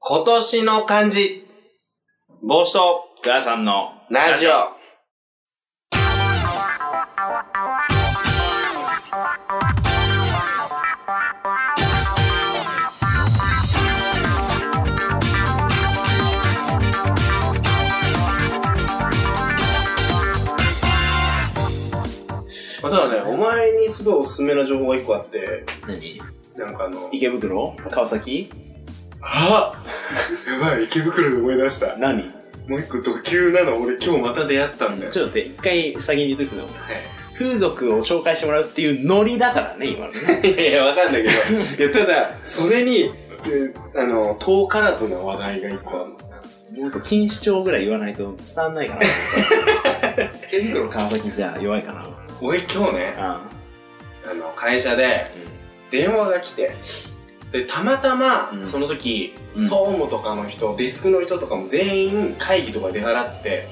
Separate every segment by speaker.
Speaker 1: 今年の漢字、帽子と
Speaker 2: ガーさんの
Speaker 1: ラジオ。ただね、お前にすごいおすすめの情報が一個あって、
Speaker 2: 何
Speaker 1: なんかあの、
Speaker 2: 池袋川崎
Speaker 1: あ やばい、池袋で思い出した。
Speaker 2: 何ち
Speaker 1: もう一個ド級なの、俺今日また出会ったんだ
Speaker 2: ょ
Speaker 1: よ。
Speaker 2: っと待って、一回先に言うときの、
Speaker 1: は
Speaker 2: 風俗を紹介してもらうっていうノリだからね、今 のね。
Speaker 1: い、いやいや、わかんないけど。いや、ただ、それに、えあの、遠からずの話題が一個あるの。
Speaker 2: もっと錦糸町ぐらい言わないと伝わんないから。
Speaker 1: 池袋
Speaker 2: 川崎じゃ弱いかな。
Speaker 1: 俺今日ね、
Speaker 2: あ
Speaker 1: あの、会社で電話が来て、で、たまたま
Speaker 2: う、ん
Speaker 1: その時、
Speaker 2: うん
Speaker 1: 総務とかの人、デスクの人とかも全員会議とか出払ってて、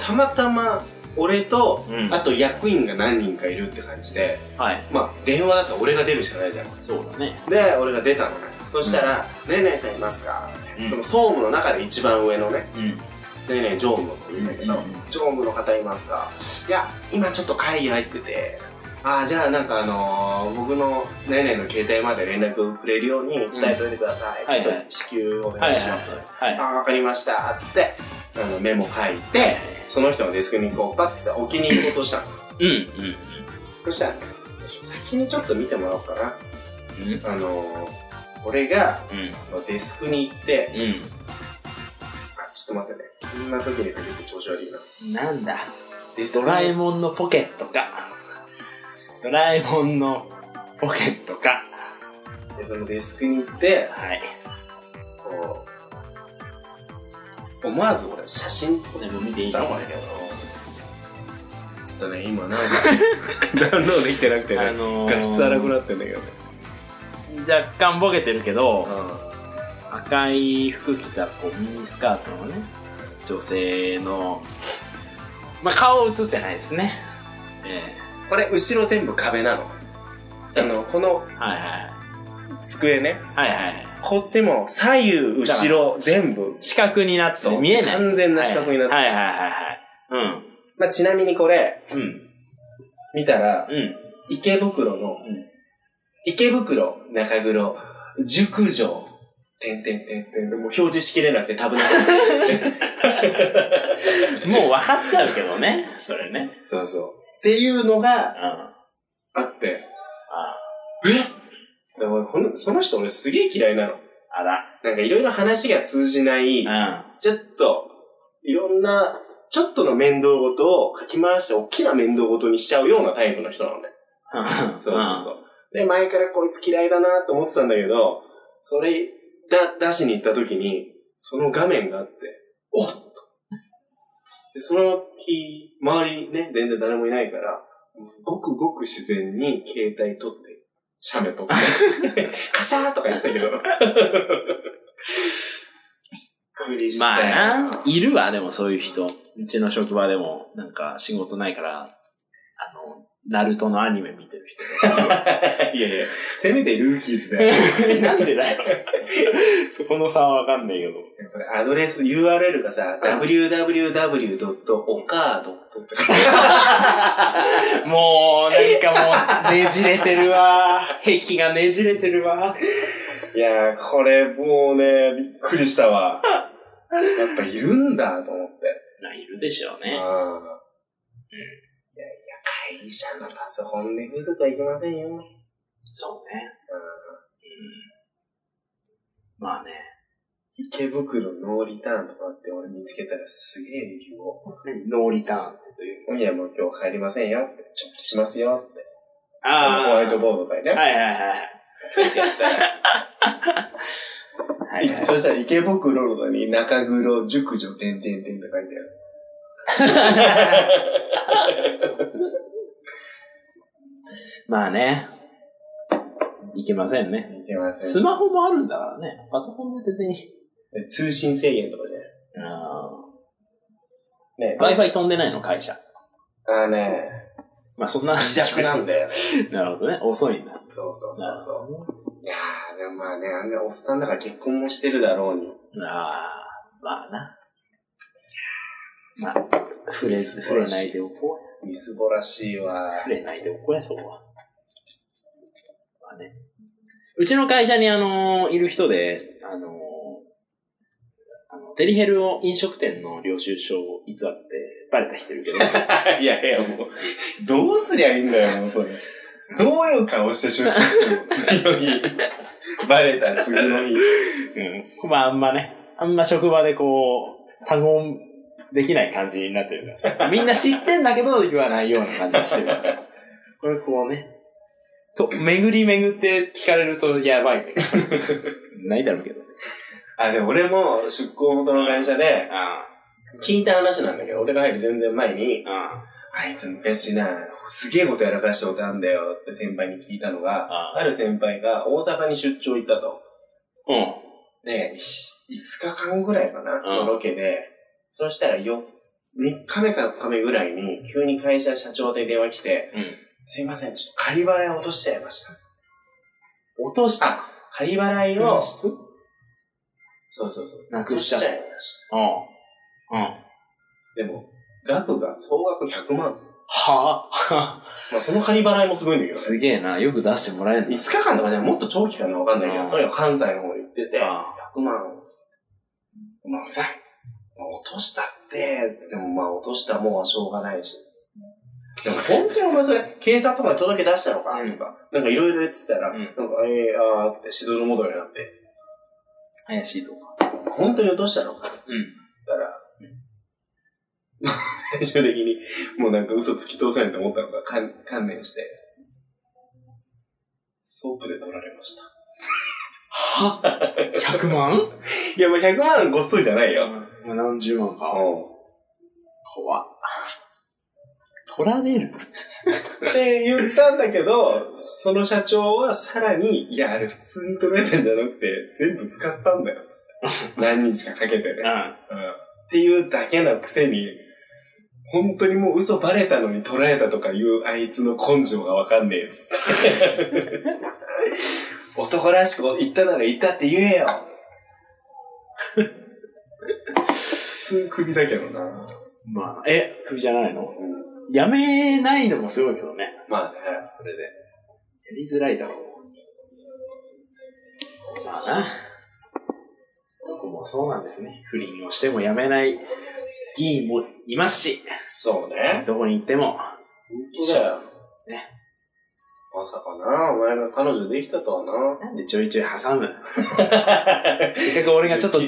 Speaker 1: たまたま、俺と、
Speaker 2: うん
Speaker 1: あと役員が何人かいるって感じで、
Speaker 2: はい。
Speaker 1: まあ、電話だから俺が出るしかないじゃん。
Speaker 2: そうだね。
Speaker 1: で、俺が出たのね。そしたら、ねえねえさんいますか、
Speaker 2: うん
Speaker 1: その総務の中で一番上のね、
Speaker 2: うん。
Speaker 1: ねえねえ常務の子いるんだけど、
Speaker 2: うんうん
Speaker 1: 常務の方いますかいや、今ちょっと会議入ってて、ああ、じゃあなんかあのー僕のねえねえの携帯まで連絡くれるように伝えておいてください。
Speaker 2: うんはいはい
Speaker 1: ちょっと支給お願いします。
Speaker 2: はい。
Speaker 1: ああ、わかりました。つって、あの、メモ書いて、その人のデスクにこう、パッて置きに行こうとしたの。
Speaker 2: うん。
Speaker 1: そしたらね、先にちょっと見てもらおうかな。
Speaker 2: うん。うん。
Speaker 1: あのー俺が、デスクに行って、
Speaker 2: う
Speaker 1: あ、ちょっと待ってね。こんな時に限って調子悪いな。
Speaker 2: ん。なんだ。
Speaker 1: デスク
Speaker 2: ド
Speaker 1: に
Speaker 2: ラえもんのポケットか。ドラえもんのポケットか。
Speaker 1: でそのデスクに行って、
Speaker 2: はい。
Speaker 1: こう、思わず俺、写真撮っ
Speaker 2: でも見ていい
Speaker 1: たのこれね。ちょっとね、今なんか、 ダウンロードできてなくて
Speaker 2: あ
Speaker 1: ね、
Speaker 2: のー、
Speaker 1: 画質荒くなってんだけどね。
Speaker 2: 若干ボケてるけど、赤い服着たこうミニスカートのね、女性の、まあ、顔映ってないですね。え
Speaker 1: これ、後ろ全部壁なの。あの、この
Speaker 2: えはいはい。
Speaker 1: 机ね、
Speaker 2: はいはいはい。
Speaker 1: こっちも左右、後ろ、全部。
Speaker 2: 四角になって
Speaker 1: そう
Speaker 2: る見えない。
Speaker 1: 完全な四角になってる
Speaker 2: はいはいはいはいはい。
Speaker 1: まあ、ちなみにこれ、
Speaker 2: うん。うん。
Speaker 1: 見たら、
Speaker 2: うん。
Speaker 1: 池袋の、
Speaker 2: うん
Speaker 1: 池袋、中黒、熟女、てんてんてんてん、もう表示しきれなくて多 分なかった。
Speaker 2: もう分かっちゃうけどね、それね。
Speaker 1: そうそう。っていうの
Speaker 2: うん。
Speaker 1: が
Speaker 2: あ
Speaker 1: あって、
Speaker 2: あ
Speaker 1: でもこのその人俺すげえ嫌いなの。
Speaker 2: あら。
Speaker 1: なんかいろいろ話が通じない、
Speaker 2: うん。
Speaker 1: ちょっと、いろんな、ちょっとの面倒事をかき回して大きな面倒事にしちゃうようなタイプの人なのね。そうそうそう。で、前からこいつ嫌いだなと思ってたんだけど、それ、だ、出しに行った時に、その画面があって、おっと。で、その日、周りね、全然誰もいないから、ごくごく自然に携帯取って、写メ撮って、 カシャーとか言ってたけ ど。びっくりした
Speaker 2: ま
Speaker 1: よ。
Speaker 2: あな、いるわ、でもそういう人。うちの職場でも、なんか仕事ないから、あの、ナルトのアニメ見てる 人。
Speaker 1: いやいや、せめてルーキーズ だよ。
Speaker 2: なんでだよ。そこの差はわかんないけど。
Speaker 1: これアドレス、URL がさ、www.oka.com って
Speaker 2: もう、なんかもう、ねじれてる わ。壁がねじれてるわ。
Speaker 1: いやー、これもうね、びっくりしたわ。やっぱいるんだと思って。
Speaker 2: まあ、いるでしょ
Speaker 1: う
Speaker 2: う
Speaker 1: ん。いやい
Speaker 2: ね。
Speaker 1: や、会社のパソコンでぐずくはいきませんよ。
Speaker 2: そうね。うん。まあね。
Speaker 1: 池袋ノーリターンとかって俺見つけたらすげえ言お
Speaker 2: 何ノーリターンってという。
Speaker 1: う。いや、もう今日帰りませんよって、ちょっとしますよって。
Speaker 2: あ
Speaker 1: ホワイト
Speaker 2: ー
Speaker 1: ボードからね。
Speaker 2: はいはいはい。
Speaker 1: 書いてあったら
Speaker 2: はい はい
Speaker 1: そしたら池袋のに中黒、熟女、てんてんてんって書いてあ る。
Speaker 2: まあね。いけませんね。
Speaker 1: いけませ
Speaker 2: ス
Speaker 1: ん。
Speaker 2: マホもあるんだからね。パソコンで別に。
Speaker 1: 通信制限とかじゃ
Speaker 2: あ
Speaker 1: ない。ね
Speaker 2: ー Wi-Fi 飛んでないの、会社。
Speaker 1: ああね、
Speaker 2: まあそんな
Speaker 1: 微弱なんだよね。
Speaker 2: なるほどね。遅いんだ。
Speaker 1: そうそうそうそう。いやー、でもまあね、あんなおっさんだから結婚もしてるだろうに。
Speaker 2: ああ、まあな。まあ、触れず、触れないでおこう。
Speaker 1: みすぼらしいわ。
Speaker 2: 触れないでおこうや、そこは。まあね。うちの会社にあのーいる人で、あのーあの、デリヘルを飲食店の領収書を偽ってバレた人いるけ ど、
Speaker 1: いやいや、もう、どうすりゃいいんだよ、もうそれ。 どういう顔して出社してるの 次の日。バレたら次の日。
Speaker 2: うん。まああんまね、あんま職場でこう、他言できない感じになってるからさみんな知ってんだけど言わないような感じにしてるからさこれこうね、と、巡り巡って聞かれるとやばいね。ないだろうけど。
Speaker 1: あ、でも俺も出向元の会社で、
Speaker 2: あ
Speaker 1: 聞いた話なんだけど、俺が入る全然前に、
Speaker 2: あ、あ
Speaker 1: あいつ昔な、すげえことやらかしておたんだよって先輩に聞いたのが、
Speaker 2: あ
Speaker 1: ある先輩が大阪に出張行ったと。
Speaker 2: うん。
Speaker 1: で、いし5日間ぐらいかな、
Speaker 2: うん
Speaker 1: のロケで、そしたらよ、3日目か4日目ぐらいに、急に会社社長で電話来て、
Speaker 2: うん。
Speaker 1: すいません、ちょっと仮払い落としちゃいました。
Speaker 2: 落とし
Speaker 1: あ、仮払いを、
Speaker 2: 質
Speaker 1: そうそうそう。
Speaker 2: な
Speaker 1: 落
Speaker 2: く
Speaker 1: と
Speaker 2: し
Speaker 1: し
Speaker 2: ち
Speaker 1: ち
Speaker 2: ゃ
Speaker 1: ゃ
Speaker 2: う
Speaker 1: いまし
Speaker 2: うん。うん。は
Speaker 1: た。でも、額が総額100万。
Speaker 2: あ
Speaker 1: まあ、その仮払いもすごいんだけどね。
Speaker 2: すげえな。よく出してもらえる
Speaker 1: 5日間とかね、もっと長期かなわかんないけ
Speaker 2: うん
Speaker 1: ど、とにかく関西の方行ってて、
Speaker 2: あ
Speaker 1: 100万っつって。まあさ、まあ落としたって、でもまあ落としたもんはしょうがないし、つってでも本当にお前それ、警察とかに届け出したのか、
Speaker 2: うん
Speaker 1: とか、なんかいろいろ言ってたら、
Speaker 2: うん
Speaker 1: なんか、ええあーって指導の戻りになって、
Speaker 2: 怪しいぞ。
Speaker 1: 本当に落としたのかって
Speaker 2: うん。
Speaker 1: 言ったら、最終的に、もうなんか嘘つき通されて思ったのが、かん観念して、ソープで取られました。
Speaker 2: は ?100 万
Speaker 1: いや、まあ100万ごっそりじゃないよ。
Speaker 2: まあ何十万か。怖っ。取られる
Speaker 1: って言ったんだけど、その社長はさらに、いや、あれ普通に取られたんじゃなくて、全部使ったんだよ、つって。何日かかけてね。うん。
Speaker 2: う
Speaker 1: っていうだけなくせに、本当にもう嘘バレたのに取られたとかいうあいつの根性がわかんねえ、つって。 男らしく言ったなら言ったって言えよ普通首だけどな。
Speaker 2: ん。まあ、え、首じゃないのやめないのもすごいけどね。
Speaker 1: まあね。
Speaker 2: それで。やりづらいだろう。まあな。どこもそうなんですね。不倫をしてもやめない議員もいますし、
Speaker 1: そうね。
Speaker 2: どこに行っても。
Speaker 1: 本当だよ。
Speaker 2: ね。
Speaker 1: まさかな、お前が彼女できたとは な。
Speaker 2: なんでちょいちょい挟むせっかく俺が ちょっと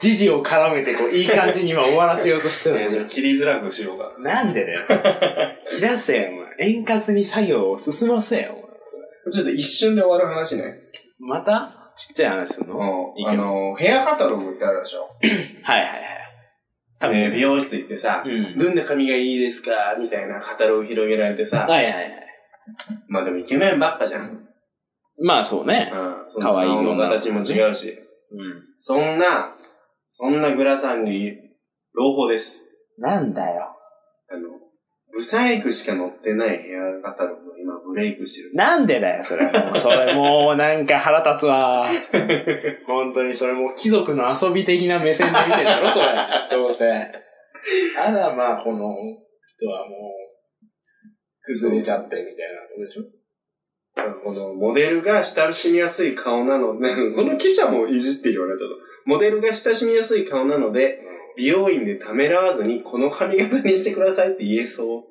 Speaker 2: 時事を絡めて、こう、いい感じに今終わらせようとしてるのに。
Speaker 1: 切りづらくしようか。
Speaker 2: なんでだよ。 切らせよ、お前。円滑に作業を進ませよ、お前。
Speaker 1: ちょっと一瞬で終わる話ね。
Speaker 2: またちっちゃい話すんの、
Speaker 1: う
Speaker 2: はい
Speaker 1: ん。
Speaker 2: いい
Speaker 1: あ
Speaker 2: けど
Speaker 1: の、ヘアカタログってあるでしょ。
Speaker 2: はいはい。多分
Speaker 1: ね美容室行ってさ、
Speaker 2: うん。
Speaker 1: どんな髪がいいですかみたいなカタログ広げられてさ。
Speaker 2: はいはいはい。
Speaker 1: まあでもイケメンばっかじゃん。うん。
Speaker 2: まあそうね。
Speaker 1: その
Speaker 2: 可愛い
Speaker 1: 顔
Speaker 2: 女
Speaker 1: の
Speaker 2: の子
Speaker 1: 形も違うし。
Speaker 2: うん。
Speaker 1: そんな、そんなグラさんに、朗報です。
Speaker 2: なんだよ。
Speaker 1: あの、ブサイクしか載ってないヘアカタログが今ブレイクしてる。
Speaker 2: なんでだよ、それもう。それもうなんか腹立つわ。 本当にそれもう貴族の遊び的な目線で見てるだろ、それ。 どうせ。あらまあ、この人はもう、崩れちゃってみたいなことでしょ
Speaker 1: このモデルが親しみやすい顔なので、 この記者もいじってるよね、ちょっと。モデルが親しみやすい顔なので、美容院でためらわずにこの髪型にしてくださいって言えそう。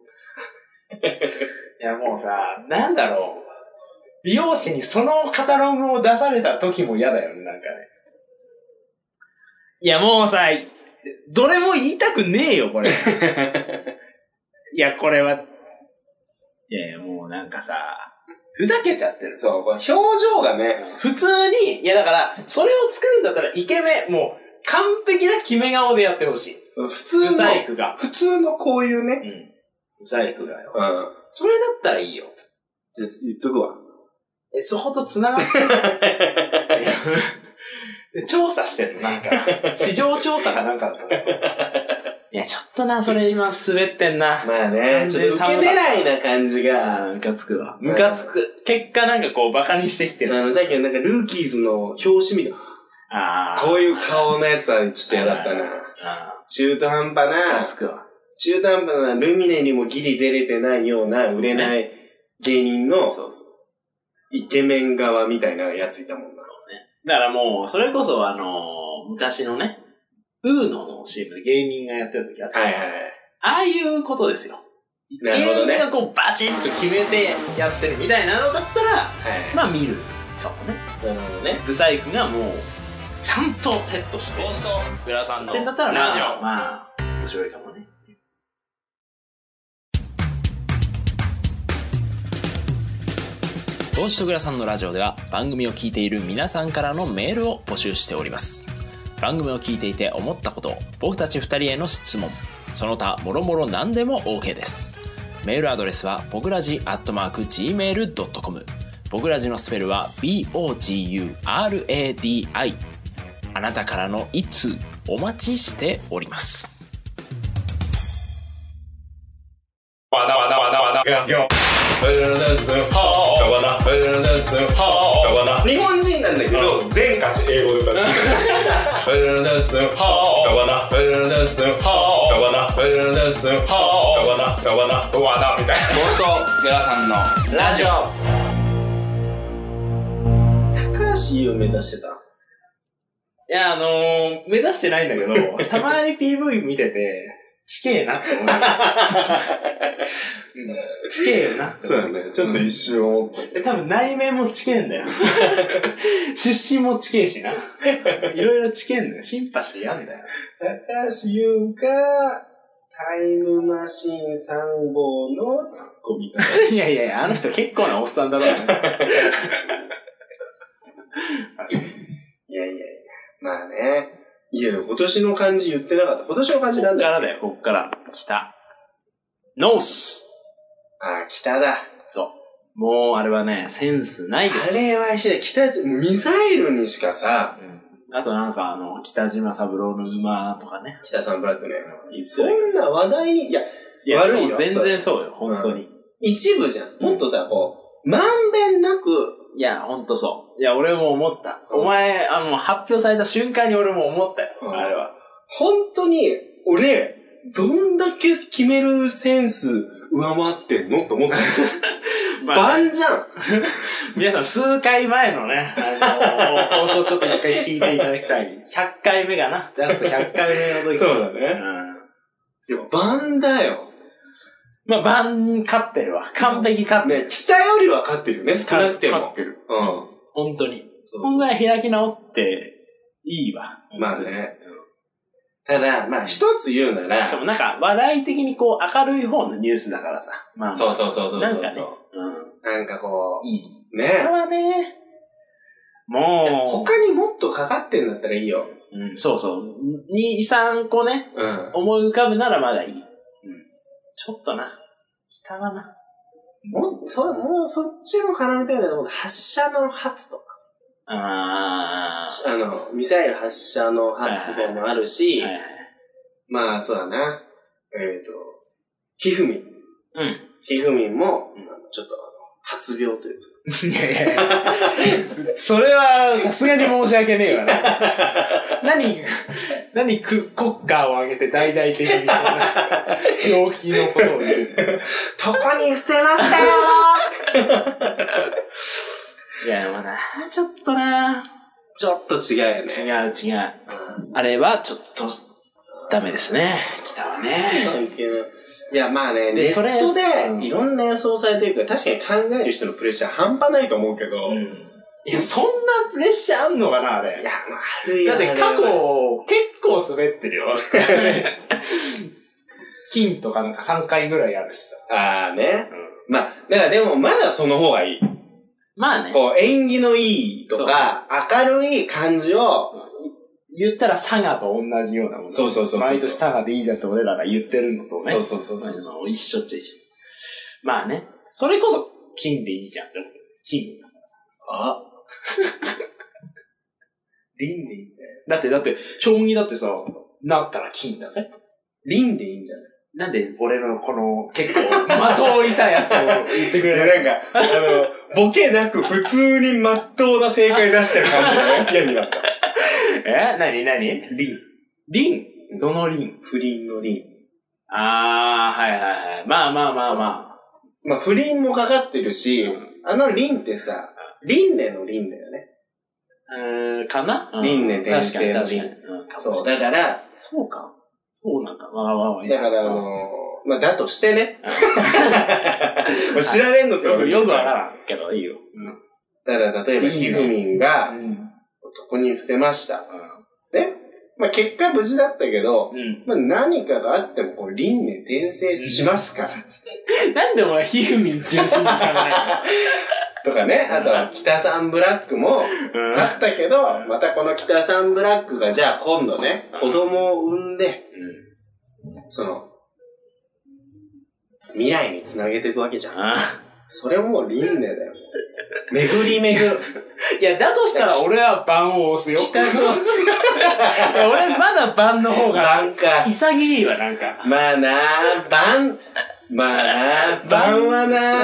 Speaker 2: いやもうさ、なんだろう。美容師にそのカタログを出された時も嫌だよね、なんかね。いやもうさ、どれも言いたくねえよ、 これ。いや、これは。いやいや、もうなんかさ、ふざけちゃってる。
Speaker 1: そう、この表情がね、
Speaker 2: 普通に、いやだから、それを作るんだったらイケメン、もう完璧な決め顔でやってほしい。
Speaker 1: その普通の、
Speaker 2: 不細工が。
Speaker 1: 普通のこういう
Speaker 2: う
Speaker 1: ね。
Speaker 2: ん。不細工がよ。
Speaker 1: うん。
Speaker 2: それだったらいいよ。
Speaker 1: じゃあ言っとくわ。
Speaker 2: え、そこと繋がって る調査してるのなんか。市場調査かなんかだったの。いや、ちょっとな、それ今滑ってんな。
Speaker 1: まあね、ちょっと受け狙いな感じが。
Speaker 2: ムカつくわ。ムカつく。結果なんかこう、バカにしてきてる。
Speaker 1: あの、さっきのなんかルーキーズの表紙みたい
Speaker 2: あ
Speaker 1: な。
Speaker 2: あ。
Speaker 1: こういう顔のやつはちょっと嫌だったな。
Speaker 2: あ
Speaker 1: 中途半
Speaker 2: あ。ムカ
Speaker 1: 端な、
Speaker 2: つくわ。
Speaker 1: 中途半端なルミネにもギリ出れてないような、売れない芸人の
Speaker 2: そうそう。
Speaker 1: イケメン側みたいなやついたもんな。
Speaker 2: だからもう、それこそあのー、昔のね、ウーノの CM で芸人がやってる時あったん
Speaker 1: はい
Speaker 2: で
Speaker 1: は
Speaker 2: す
Speaker 1: い
Speaker 2: よ。ああいうことですよ。
Speaker 1: なるほどね
Speaker 2: 芸人がこう、バチッと決めてやってるみたいなのだったら、
Speaker 1: はい。
Speaker 2: まあ見るかもね。
Speaker 1: なるほどね。
Speaker 2: ブサイクがもう、ちゃんとセットして。
Speaker 1: スト、ラさん
Speaker 2: ってなったら、まあ、まあ、面白いかもね。投資とグラさんのラジオでは番組を聞いている皆さんからのメールを募集しております番組を聞いていて思ったこと僕たち2人への質問その他もろもろ何でも OK ですメールアドレスは僕らじアットマーク Gmail.com 僕らじのスペルは BOGURADI あなたからの一通お待ちしております
Speaker 1: 日本人なんだけど、
Speaker 3: 全歌詞英語で歌ってる。フェルダンス、はぁ、ガワナ、フェルダンス、はぁ、ガワナ、フェルダンス、はぁ、ガワナ、ガワナ、ガワナ、みたいな。
Speaker 2: 帽子とグラさんのラジオ
Speaker 1: 高橋を目指してた。
Speaker 2: いや、あのー、目指してないんだけ ど、たまに PV 見てて、ちけえな って思う。ちけえよなって思
Speaker 1: だね。
Speaker 2: ちょっと一
Speaker 1: 瞬思った。
Speaker 2: で多分内面もちけえんだ よ。出身もちけえ しな。いろいろちけえんだよ。シンパシーやんだよ。
Speaker 1: 高橋優が、タイムマシン3号のツッコミが。
Speaker 2: いやいやいや、あの人結構なおっさんだろうね。
Speaker 1: いやいやいや。まあね。いや、今年の漢字言ってなかった。今年の漢字なんだっけ
Speaker 2: だよ、こっから。北。ノース
Speaker 1: ああ、北だ。
Speaker 2: そう。もう、あれはね、センスないです。
Speaker 1: あれはひどい。北じゃ、ミサイルにしかさ、
Speaker 2: あとなんかあの、北島三郎の馬とかね。
Speaker 1: 北さんブラックね。
Speaker 2: い
Speaker 1: そんな話題に、いや、悪いよ。
Speaker 2: 全
Speaker 1: それ
Speaker 2: 然そうよ、本当に。
Speaker 1: 一部じゃん。もっとさ、こう、まんべんなく、
Speaker 2: いや、本当そう。いや、俺も思った。
Speaker 1: うん
Speaker 2: お前、あの、発表された瞬間に俺も思ったよ、
Speaker 1: うん
Speaker 2: あれは。
Speaker 1: 本当に、俺、どんだけ決めるセンス上回ってんのと思った。
Speaker 2: まあ、
Speaker 1: バンじゃん。
Speaker 2: 皆さん、数回前のね、あの、放送ちょっと一回聞いていただきたい。100回目かな。ジャスト100回目の時。
Speaker 1: そうだ
Speaker 2: う
Speaker 1: ね。
Speaker 2: ん。
Speaker 1: いや、バンだよ。
Speaker 2: まあ、番、勝ってるわ。完璧勝ってる。
Speaker 1: ね、北よりは勝ってるよね、少なくて
Speaker 2: 勝
Speaker 1: も
Speaker 2: っ。てる。
Speaker 1: うん。
Speaker 2: 本当に。
Speaker 1: そう
Speaker 2: こんぐらい開き直って、いいわ。
Speaker 1: まあね。ただ、まあ、一つ言うなら、
Speaker 2: しかもなんか話題的にこう明るい方のニュースだからさ。まあ、
Speaker 1: そうそうそうそうそうそう。
Speaker 2: なんかね
Speaker 1: なんかこ
Speaker 2: うん。いい。
Speaker 1: う、
Speaker 2: これ
Speaker 1: ね。
Speaker 2: はね、も
Speaker 1: 他にもっとかかってんだったらいいよ。
Speaker 2: う、うん、そうそう。2、3個ね、
Speaker 1: うん。
Speaker 2: 思い浮かぶならまだいい。うん。ちょっとな。北はな。
Speaker 1: もう、そ、もうそっちも絡みたいなと思って、発射の発とか。
Speaker 2: あ
Speaker 1: あの、ミサイル発射の発でもあるし、
Speaker 2: はいはい。
Speaker 1: まあ、そうだな。えっ、と、ひふみん。
Speaker 2: うん。
Speaker 1: ひふみんも、
Speaker 2: うん
Speaker 1: あのちょっと、あの発病というか。
Speaker 2: いやいやい やそれはさすがに申し訳ねえわ な。何、何く国家を挙げて大々的にそんな病気のことを言う。
Speaker 1: とこに伏せましたよ
Speaker 2: いや、まだ、ちょっとな
Speaker 1: ちょっと違うよ
Speaker 2: 違
Speaker 1: ね。
Speaker 2: う違
Speaker 1: う
Speaker 2: う。
Speaker 1: ん
Speaker 2: あれはちょっと、ダメですね。北はね。
Speaker 1: 関係ないいや、まあね、ネ
Speaker 2: で
Speaker 1: ッ
Speaker 2: そ
Speaker 1: ト
Speaker 2: れうん
Speaker 1: でいろんな予想されてるから、確かに考える人のプレッシャー半端ないと思うけど、い
Speaker 2: いや、そんなプレッシャーあんのかな、あれ。
Speaker 1: や、まあ、あるよ
Speaker 2: だって過去、結構滑っ てるよ。金とかなんか3回ぐらいあるしさ。
Speaker 1: ああね。まあ、だからでもまだその方がいい。
Speaker 2: まあね。
Speaker 1: こう、縁起のいいとか、明るい感じを、
Speaker 2: 言ったら佐賀と同じようなもの。
Speaker 1: そうそうそうそう
Speaker 2: 毎年佐賀でいいじゃんって俺らが言ってるのとね。
Speaker 1: そうそうそうそう
Speaker 2: まああの一緒っちゃ一緒。まあね。それこそ金でいいじゃんってこと。金。
Speaker 1: あリンリン
Speaker 2: だって、だって、将棋だってさ、なったら金だぜ。
Speaker 1: 凛でいいんじゃない
Speaker 2: なんで俺のこの結構、 まとおりたやつを言ってくれ
Speaker 1: い
Speaker 2: る
Speaker 1: や、なんか、あの、ボケなく普通に真っ当な正解出してる感じが ね嫌になった。
Speaker 2: えなになに
Speaker 1: 凛。
Speaker 2: リンどのリン
Speaker 1: 不倫の凛。
Speaker 2: あー、はいはいはい。まあまあまあま
Speaker 1: まあ、不倫もかかってるし、あの凛ってさ、輪廻の輪だよね。
Speaker 2: あ。うーん、かな
Speaker 1: 輪廻転生
Speaker 2: 確かに
Speaker 1: の
Speaker 2: 確かに
Speaker 1: 輪。。
Speaker 2: うんかもし
Speaker 1: そう、
Speaker 2: れない
Speaker 1: だから、
Speaker 2: そうか。そうなんか。わあわあわあ
Speaker 1: だから、あの
Speaker 2: うん
Speaker 1: まあ、だとしてね。 もう調べんのす
Speaker 2: よ
Speaker 1: ご
Speaker 2: く
Speaker 1: い
Speaker 2: よくわからんけど、いいよ。う
Speaker 1: だから、例えば、ひふみんが
Speaker 2: ん。うん。
Speaker 1: 男に伏せました。ね。まあ、結果無事だったけど、
Speaker 2: うん。
Speaker 1: まあ、何かがあっても、こう、輪廻転生しますから。
Speaker 2: なんでお前、ひふみん中心に考
Speaker 1: とかね。あとは、北さんブラックも、
Speaker 2: える
Speaker 1: あったけど、またこの北さんブラックが、じゃあ今度ね、子供を産んで、
Speaker 2: うん。うん。
Speaker 1: その、未来につなげていくわけじゃん。
Speaker 2: あ
Speaker 1: それもう輪廻 だよ。巡り巡る。
Speaker 2: ーいや、だとしたら俺は番を押すよ。
Speaker 1: 北朝鮮
Speaker 2: いや俺まだ番の方が
Speaker 1: なんか、
Speaker 2: 潔いわ、なんか。
Speaker 1: まあなあ、晩。まあなあ、晩はなあ。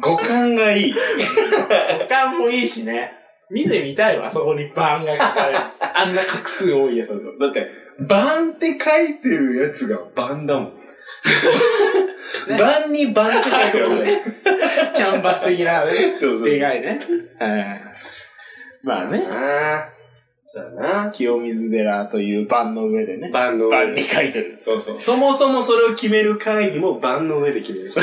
Speaker 1: 五感がいい。
Speaker 2: 五感もいいしね。見てみたいわ、そこに番が書かれる。あんな画数多いやつだと。
Speaker 1: だって、晩って書いてるやつが晩だもん。晩に晩って書いてるわけだよ。
Speaker 2: キャンバス的な、ね、
Speaker 1: そうそう。
Speaker 2: でかいね。はい。まあね、
Speaker 1: なあ。そうだな。
Speaker 2: 清水寺という番の上でね、
Speaker 1: 晩の
Speaker 2: 番
Speaker 1: 上で。
Speaker 2: に書いてる。
Speaker 1: そうそう。そもそもそれを決める会議も晩の上で決める。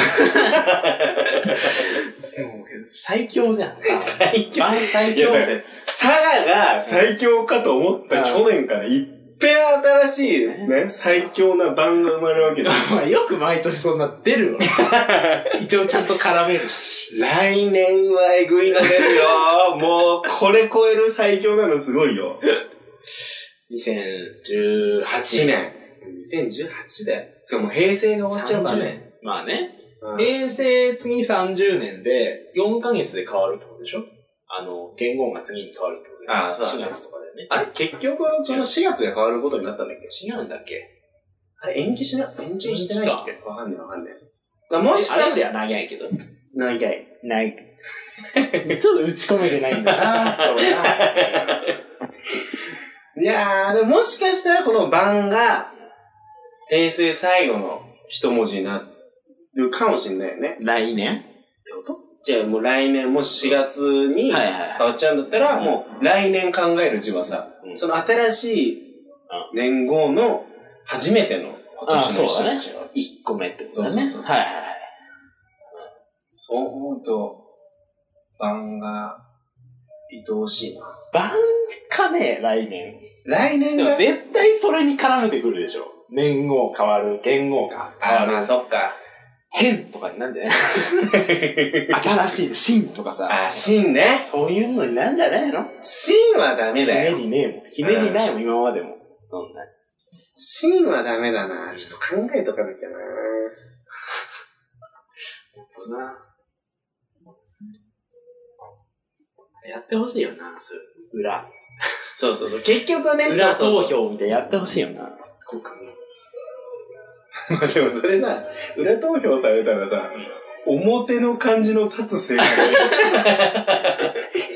Speaker 2: もう最強じゃん。
Speaker 1: 最強。
Speaker 2: 番最強説。
Speaker 1: 佐賀が最強かと思った去年から一平新しいね、最強な版が生まれるわけじゃん。
Speaker 2: お前よく毎年そんな出るわ。一応ちゃんと絡める し。
Speaker 1: 来年はえぐいの出る よ。もう、これ超える最強なのすごいよ。
Speaker 2: 2018
Speaker 1: 8年。2018で。しかも平成が終わっちゃうからね。
Speaker 2: 30まあね。
Speaker 1: うん
Speaker 2: 平成次30年で4ヶ月で変わるってことでしょあの、言語が次に変わるってことで。
Speaker 1: ああそうだ
Speaker 2: 4
Speaker 1: ね
Speaker 2: 月とかだよね。
Speaker 1: あれ結局、その4月で変わることになったんだっけ
Speaker 2: 違うんだっけ
Speaker 1: あれ延期しな、延長してないっけ
Speaker 2: 延
Speaker 1: わかんないわかんない。だからもしかして、
Speaker 2: あれでは長いけど。
Speaker 1: 長い。
Speaker 2: ない。 ちょっと打ち込めてないんだな、そうな。
Speaker 1: いやー、でももしかしたらこの番が、平成最後の一文字になるかもしれないよね。
Speaker 2: 来年ってこと
Speaker 1: じゃあもう来年、もし4月に
Speaker 2: はい
Speaker 1: 変
Speaker 2: はいはい。
Speaker 1: わっちゃうんだったら、
Speaker 2: うん
Speaker 1: もう来年考える字はさ、
Speaker 2: うん
Speaker 1: その新しい年号の初めての今年の一文字を。
Speaker 2: 1個目ってことだね。
Speaker 1: そうそうそう
Speaker 2: はいはいはい。
Speaker 1: そう思うと、番が愛おしいな。
Speaker 2: 番かね、来年。
Speaker 1: 来年
Speaker 2: でも
Speaker 1: が、
Speaker 2: 絶対それに絡めてくるでしょ。年号変わる、言語が変わ
Speaker 1: あー
Speaker 2: る
Speaker 1: まあ。そっか。
Speaker 2: 変とかになんじゃ ない新しい、新とかさ
Speaker 1: あ、、新ね。
Speaker 2: そういうのになんじゃないの
Speaker 1: 新はダメ
Speaker 2: ひ
Speaker 1: だ
Speaker 2: ね
Speaker 1: よ。
Speaker 2: りねえもん。ひねりないもん、今までも。なんだ
Speaker 1: 芯はダメだな。ちょっと考えとかなきゃな。
Speaker 2: とな。やってほしいよな、そういう裏。
Speaker 1: そうそうそう。結局ね、
Speaker 2: 裏
Speaker 1: そう
Speaker 2: 投票みたいなやってほしいよな。国民。
Speaker 1: そう。 でもそれさ、裏投票されたらさ、表の感じの立つ 正解。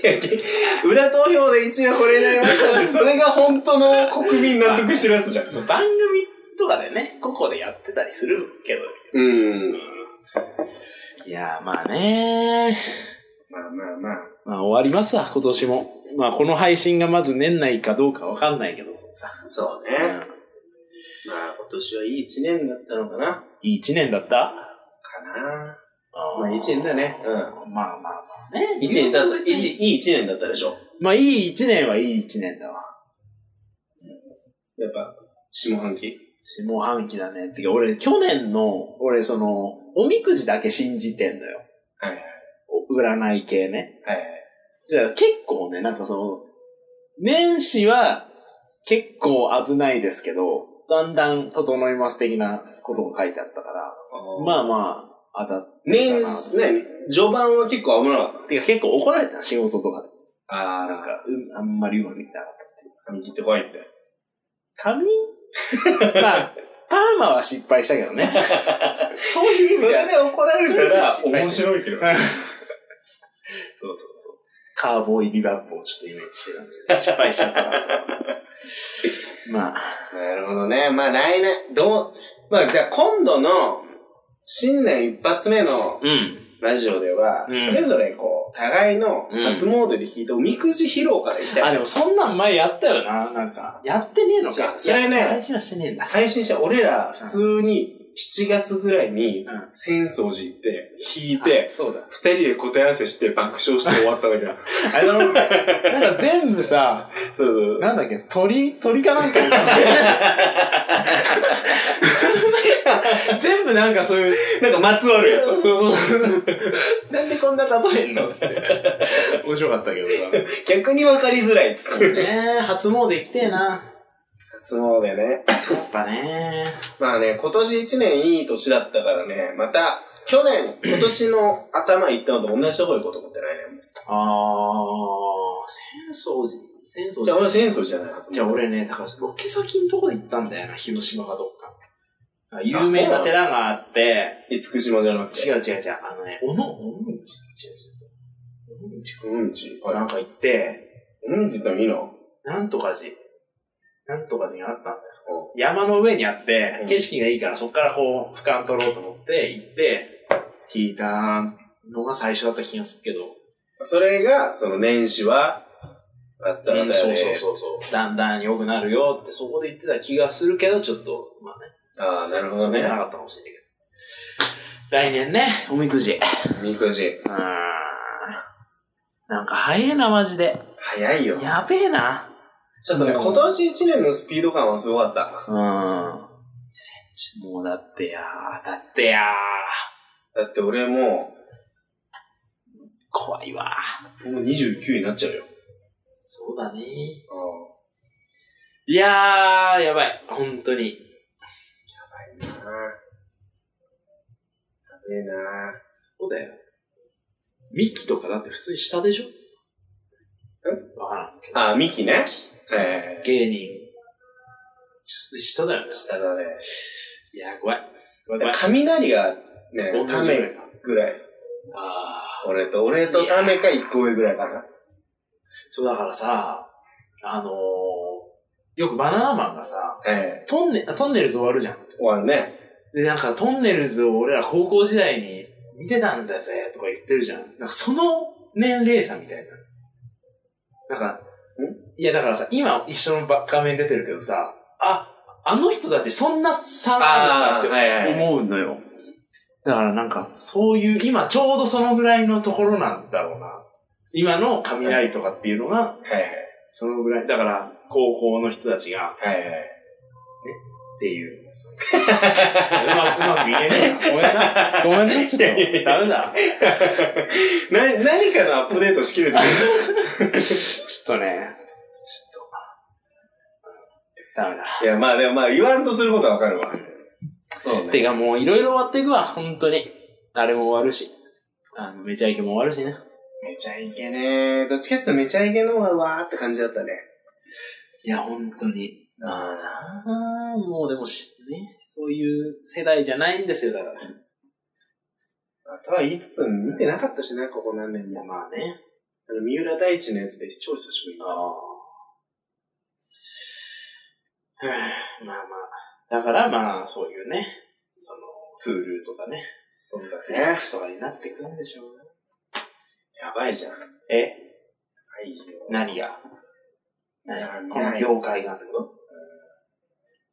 Speaker 1: いやけ裏投票で1位はこれになりました って、それが本当の国民納得してるやつじゃん。
Speaker 2: 番組とかでね、ここでやってたりするけど。
Speaker 1: うん。
Speaker 2: いやー、まあね
Speaker 1: まあまあまあ。
Speaker 2: まあ終わりますわ、今年も。まあこの配信がまず年内かどうかわかんないけどさ。
Speaker 1: そう
Speaker 2: う
Speaker 1: ね。
Speaker 2: ん
Speaker 1: まあ今年はいい1年だったのかな。か
Speaker 2: いい一年だった
Speaker 1: な。
Speaker 2: ま
Speaker 1: まあ1年だね。うん。
Speaker 2: まあまあまあね。
Speaker 1: 1年だった、いちいい1年だったでしょ。
Speaker 2: まあいい一年はいい一年だわ。
Speaker 1: やっぱ、下半期。
Speaker 2: 下半期だね。てか俺、去年の、俺その、おみくじだけ信じてんのよ。。
Speaker 1: はいはい
Speaker 2: 占い系ね。
Speaker 1: はいはい。
Speaker 2: じゃあ結構ね、なんかその、年始は結構危ないですけど、だんだん整います的なことも書いてあったから、まあまあ、当たっ
Speaker 1: 年始、ね、序盤は結構危なかって
Speaker 2: か結構怒られた仕事とかで。
Speaker 1: た。ああ、な
Speaker 2: なんん
Speaker 1: か、
Speaker 2: か、うんあんまりうまくいってなかったっていう。
Speaker 1: 髪切ってこいって。
Speaker 2: 髪 まあ、パーマは失敗したけど ね。そういう意味
Speaker 1: そ
Speaker 2: では
Speaker 1: れで怒られるから、
Speaker 2: ちょっと失敗
Speaker 1: 面
Speaker 2: して
Speaker 1: 白いけど。
Speaker 2: そうそうそう。カーボーイビバップをちょっとイメージしてるんで、失敗しちゃったからさ。 まあ、
Speaker 1: なるほどね。まあ来年、どう、まあじゃあ今度の新年一発目の
Speaker 2: うん。
Speaker 1: ラジオでは、
Speaker 2: うん
Speaker 1: それぞれこう、互いの初詣で引いたおみくじ披露からいき
Speaker 2: あ、
Speaker 1: たい。
Speaker 2: でもそんなん前やったよな、なんか。やってねえの
Speaker 1: じゃ
Speaker 2: か。
Speaker 1: あそれね
Speaker 2: いや大事はしてねえんだ。
Speaker 1: 配信者、俺ら普通に7月ぐらいに
Speaker 2: うん
Speaker 1: 浅草寺行って、引いて、
Speaker 2: あそうだ。
Speaker 1: 二人で答え合わせして爆笑して終わったんだけど。
Speaker 2: あれだ ろ、なんか全部さ、
Speaker 1: そうそう。
Speaker 2: なんだっけ、鳥、鳥かなんか。 全部なんかそういう、
Speaker 1: なんかまつわるやつ。
Speaker 2: そうそうそう。
Speaker 1: なんでこんな例えんのつって
Speaker 2: 面白かったけどさ。
Speaker 1: 逆にわかりづらいっつって。
Speaker 2: ねえ、初詣行きてえな。
Speaker 1: 初詣ね。
Speaker 2: やっぱね
Speaker 1: まあね、今年一年いい年だったからね、また、去 年、今年の頭行ったのと同じとこ行こうと思ってないね。
Speaker 2: あー、浅草寺。浅草
Speaker 1: じゃ
Speaker 2: 寺
Speaker 1: あ。俺浅草じゃない、初詣。
Speaker 2: じゃあ俺ね、だからロケ先のとこで行ったんだよな、広島かどっか。あ有名な寺があって、
Speaker 1: 厳島じゃなくて。
Speaker 2: 違う違う違う、あのね、おの、おの道違う違う違う。お
Speaker 1: う
Speaker 2: の道
Speaker 1: んち。
Speaker 2: かなんか行って、
Speaker 1: うんちっていいの
Speaker 2: なんとか寺。なんとか寺があったんだよ、そこ。山の上にあって
Speaker 1: う、ん
Speaker 2: 景色がいいから、そこからこう、俯瞰取ろうと思って、行って、引いたのが最初だった気がするけど。
Speaker 1: それが、その年始は、だったらだよ
Speaker 2: う
Speaker 1: ね
Speaker 2: んそうそうそうそう。だんだん良くなるよって、そこで言ってた気がするけど、ちょっと、まあね。
Speaker 1: ああ、なるほど
Speaker 2: そうじゃな
Speaker 1: ね。
Speaker 2: かったかもしれないけど。来年ね、おみくじ。
Speaker 1: みくじ。
Speaker 2: あーなんか早えな、マジで。
Speaker 1: 早いよ。
Speaker 2: やべえな。
Speaker 1: ちょっとね、今年一年のスピード感はすごかった。
Speaker 2: うん。もうだってやー、だってやー。
Speaker 1: だって俺も
Speaker 2: 怖いわ。
Speaker 1: う、もう29になっちゃうよ。
Speaker 2: そうだね。いやー、やばい。本当に。
Speaker 1: やばいなぁ。やべえなぁ。
Speaker 2: そうだよ。ミキとかだって普通に下でしょわからんけど。
Speaker 1: あ、ミキね。ええ
Speaker 2: 芸人。ち下だよね。
Speaker 1: 下だね。
Speaker 2: いや、怖い。
Speaker 1: 雷がね、
Speaker 2: 同
Speaker 1: タ
Speaker 2: じぐら
Speaker 1: メ
Speaker 2: いか。
Speaker 1: ぐらい。
Speaker 2: ああ。
Speaker 1: 俺と、俺とタメか一個上ぐらいかな。
Speaker 2: そうだからさ、あのー、よくバナナマンがさ、
Speaker 1: ええ
Speaker 2: トンネあトンネルズ終わるじゃん。
Speaker 1: 終わんね。
Speaker 2: で、なんかトンネルズを俺ら高校時代に見てたんだぜ、とか言ってるじゃん。なんかその年齢差みたいな。なんか、いやだからさ、今一緒のば画面出てるけどさ、あ、あの人たちそんな差があるんだって
Speaker 1: いは
Speaker 2: 思うのよ。だからなんか、そういう、今ちょうどそのぐらいのところなんだろうな。今の雷とかっていうのが、
Speaker 1: はい
Speaker 2: そのぐらい。だから、高校の人たちが、っ
Speaker 1: はい。はいはい。
Speaker 2: てい う。うまく、うまく言えねえな。ごめんな。ごめんね。ちょっと、ダメだ。
Speaker 1: な、何かのアップデートしきれてる。
Speaker 2: ちょっとね、ちょっと、ダメだ。
Speaker 1: いや、まあでもまあ言わんとすることはわかるわ。そう
Speaker 2: て。かもう、いろいろ終わっていくわ、本当に。あれも終わるし。あの、めちゃイケも終わるしね。
Speaker 1: めちゃいけねどっちかっていうとめちゃいけの方がわーって感じだったね。
Speaker 2: いや、本当に。まあなあ、もうでもし、ね、そういう世代じゃないんですよ、だから。い
Speaker 1: あとは言いつつ見てなかったしな、ここ何年も。
Speaker 2: や、まあね。
Speaker 1: あの、三浦大知のやつで超久しぶり
Speaker 2: ああ。まあまあ。だからまあ、そういうね、その、フールとかね、
Speaker 1: そう
Speaker 2: フリック。スとかになってくるんでしょうね。
Speaker 1: やばいじゃん。やば
Speaker 2: え、
Speaker 1: いよ。
Speaker 2: 何が
Speaker 1: いや
Speaker 2: 何この業界がってこと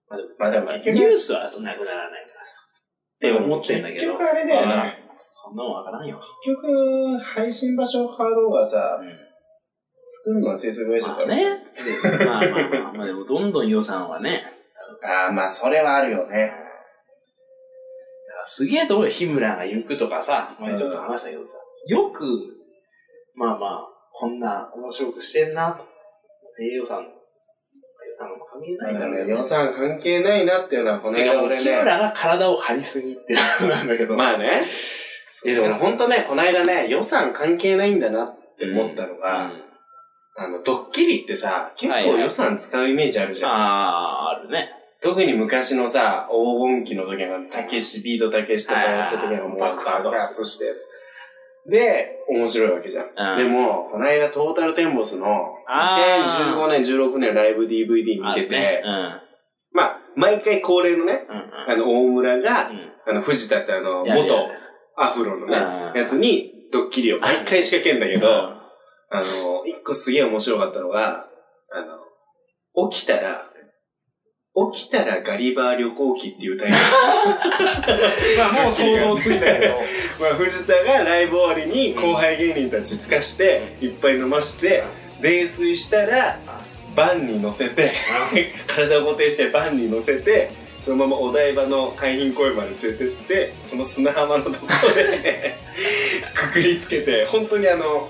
Speaker 2: まあでも
Speaker 1: まあでも
Speaker 2: まあニ
Speaker 1: 結局
Speaker 2: ュースはあとなくならないからさ。って思ってんだけど。
Speaker 1: 結局あれだよね
Speaker 2: わからんそんなもんわからんよ。
Speaker 1: 結局、配信場所変わろうがさ、
Speaker 2: うん
Speaker 1: 作るのは制作会社だ
Speaker 2: ま
Speaker 1: か
Speaker 2: あ
Speaker 1: ら。
Speaker 2: ね。まあまあまあ、まあでもどんどん予算はね。
Speaker 1: ああ、まあそれはあるよ
Speaker 2: だ
Speaker 1: ね
Speaker 2: か。らすげえとこよ、日村が行くとかさ、前ちょっと話したけどさ、よく、まあまあ、こんな面白くしてんなと。低予算の、予算も関係
Speaker 1: ま
Speaker 2: な
Speaker 1: あ
Speaker 2: い
Speaker 1: でも
Speaker 2: んだろう
Speaker 1: ね
Speaker 2: けど。
Speaker 1: 予算関係ないなっていうのはこの
Speaker 2: てか
Speaker 1: 間
Speaker 2: もう
Speaker 1: 俺
Speaker 2: 日
Speaker 1: ね。
Speaker 2: 村が体を張りすぎっていうのなんだけど。
Speaker 1: まあ ね。いやでも
Speaker 2: ん
Speaker 1: 本当ね、この間ね、予算関係ないんだなって思ったのが、
Speaker 2: あ
Speaker 1: あの、ドッキリってさ、結
Speaker 2: はいは
Speaker 1: 構
Speaker 2: い
Speaker 1: 予算使うイメージあるじゃん。
Speaker 2: あ、あるね。
Speaker 1: 特に昔のさ、黄金期の時は、たけし、ビートたけしとかやってた時はもう
Speaker 2: はいはいはい
Speaker 1: 爆発して。で、面白いわけじゃん。
Speaker 2: うん
Speaker 1: でも、この間トータルテンボスの
Speaker 2: あー
Speaker 1: 2015年、16年ライブ DVD 見
Speaker 2: あ
Speaker 1: て
Speaker 2: る
Speaker 1: て、
Speaker 2: ね。うん。
Speaker 1: まあ、毎回恒例のね、
Speaker 2: うん
Speaker 1: あの、大村が、
Speaker 2: うん。
Speaker 1: あの、藤田ってあの、
Speaker 2: やるやる
Speaker 1: 元アフロのね
Speaker 2: あ、ー
Speaker 1: やつにドッキリを毎回仕掛けんだけど、あの、一個すげえ面白かったのが、あの、起きたら、起きたらガリバー旅行記っていうタイト
Speaker 2: まあもう想像ついたけど。
Speaker 1: ル。まあ、藤田がライブ終わりに後輩芸人たちつかして、いっぱい飲まして、泥酔したら、バンに乗せて、 体を固定してバンに乗せて、そのままお台場の海浜公園まで連れてって、その砂浜のところでくくりつけて、本当にあの、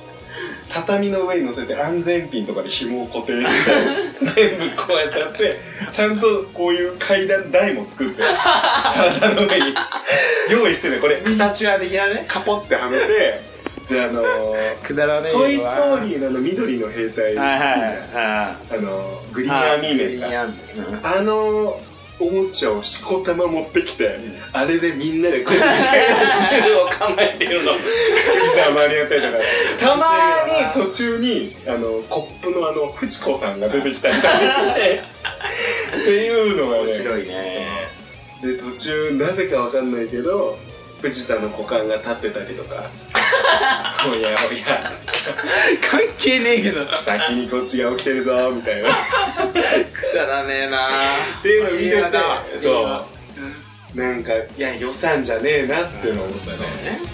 Speaker 1: 畳の上に乗せて安全ピンとかで紐を固定して、全部こうやってやって、ちゃんとこういう階段台も作って、体の上に用意してね、これ、
Speaker 2: ミニチュア的なね。
Speaker 1: カポってはめて、で、あの
Speaker 2: くだらねえ
Speaker 1: トイストーリ
Speaker 2: ー。
Speaker 1: ーのあの緑の兵隊、いいじ
Speaker 2: はいは
Speaker 1: ゃ
Speaker 2: い
Speaker 1: ん
Speaker 2: はい。あ
Speaker 1: あのグ
Speaker 2: ー
Speaker 1: リーンアーミーメン
Speaker 2: グリー
Speaker 1: が
Speaker 2: ンアーミーメン。
Speaker 1: あのおもちゃをしこたま持ってきて、
Speaker 2: ん
Speaker 1: あれでみんなでこうやって銃を構えて るの藤田周りやったりとかたまーに途中にあのコップのあのフチ子さんが出てきたりとか してっていうのがね
Speaker 2: 面白いね。
Speaker 1: で途中なぜかわかんないけど藤田の股間が立ってたりと かおやおや
Speaker 2: 関係ねえけど。
Speaker 1: 先にこっちが起きてるぞみたいな
Speaker 2: くだらねえな
Speaker 1: っていうの見てて
Speaker 2: 映画だわ
Speaker 1: そう
Speaker 2: 映画
Speaker 1: なんかいや予算じゃねえなっていうのを思ったね
Speaker 2: ね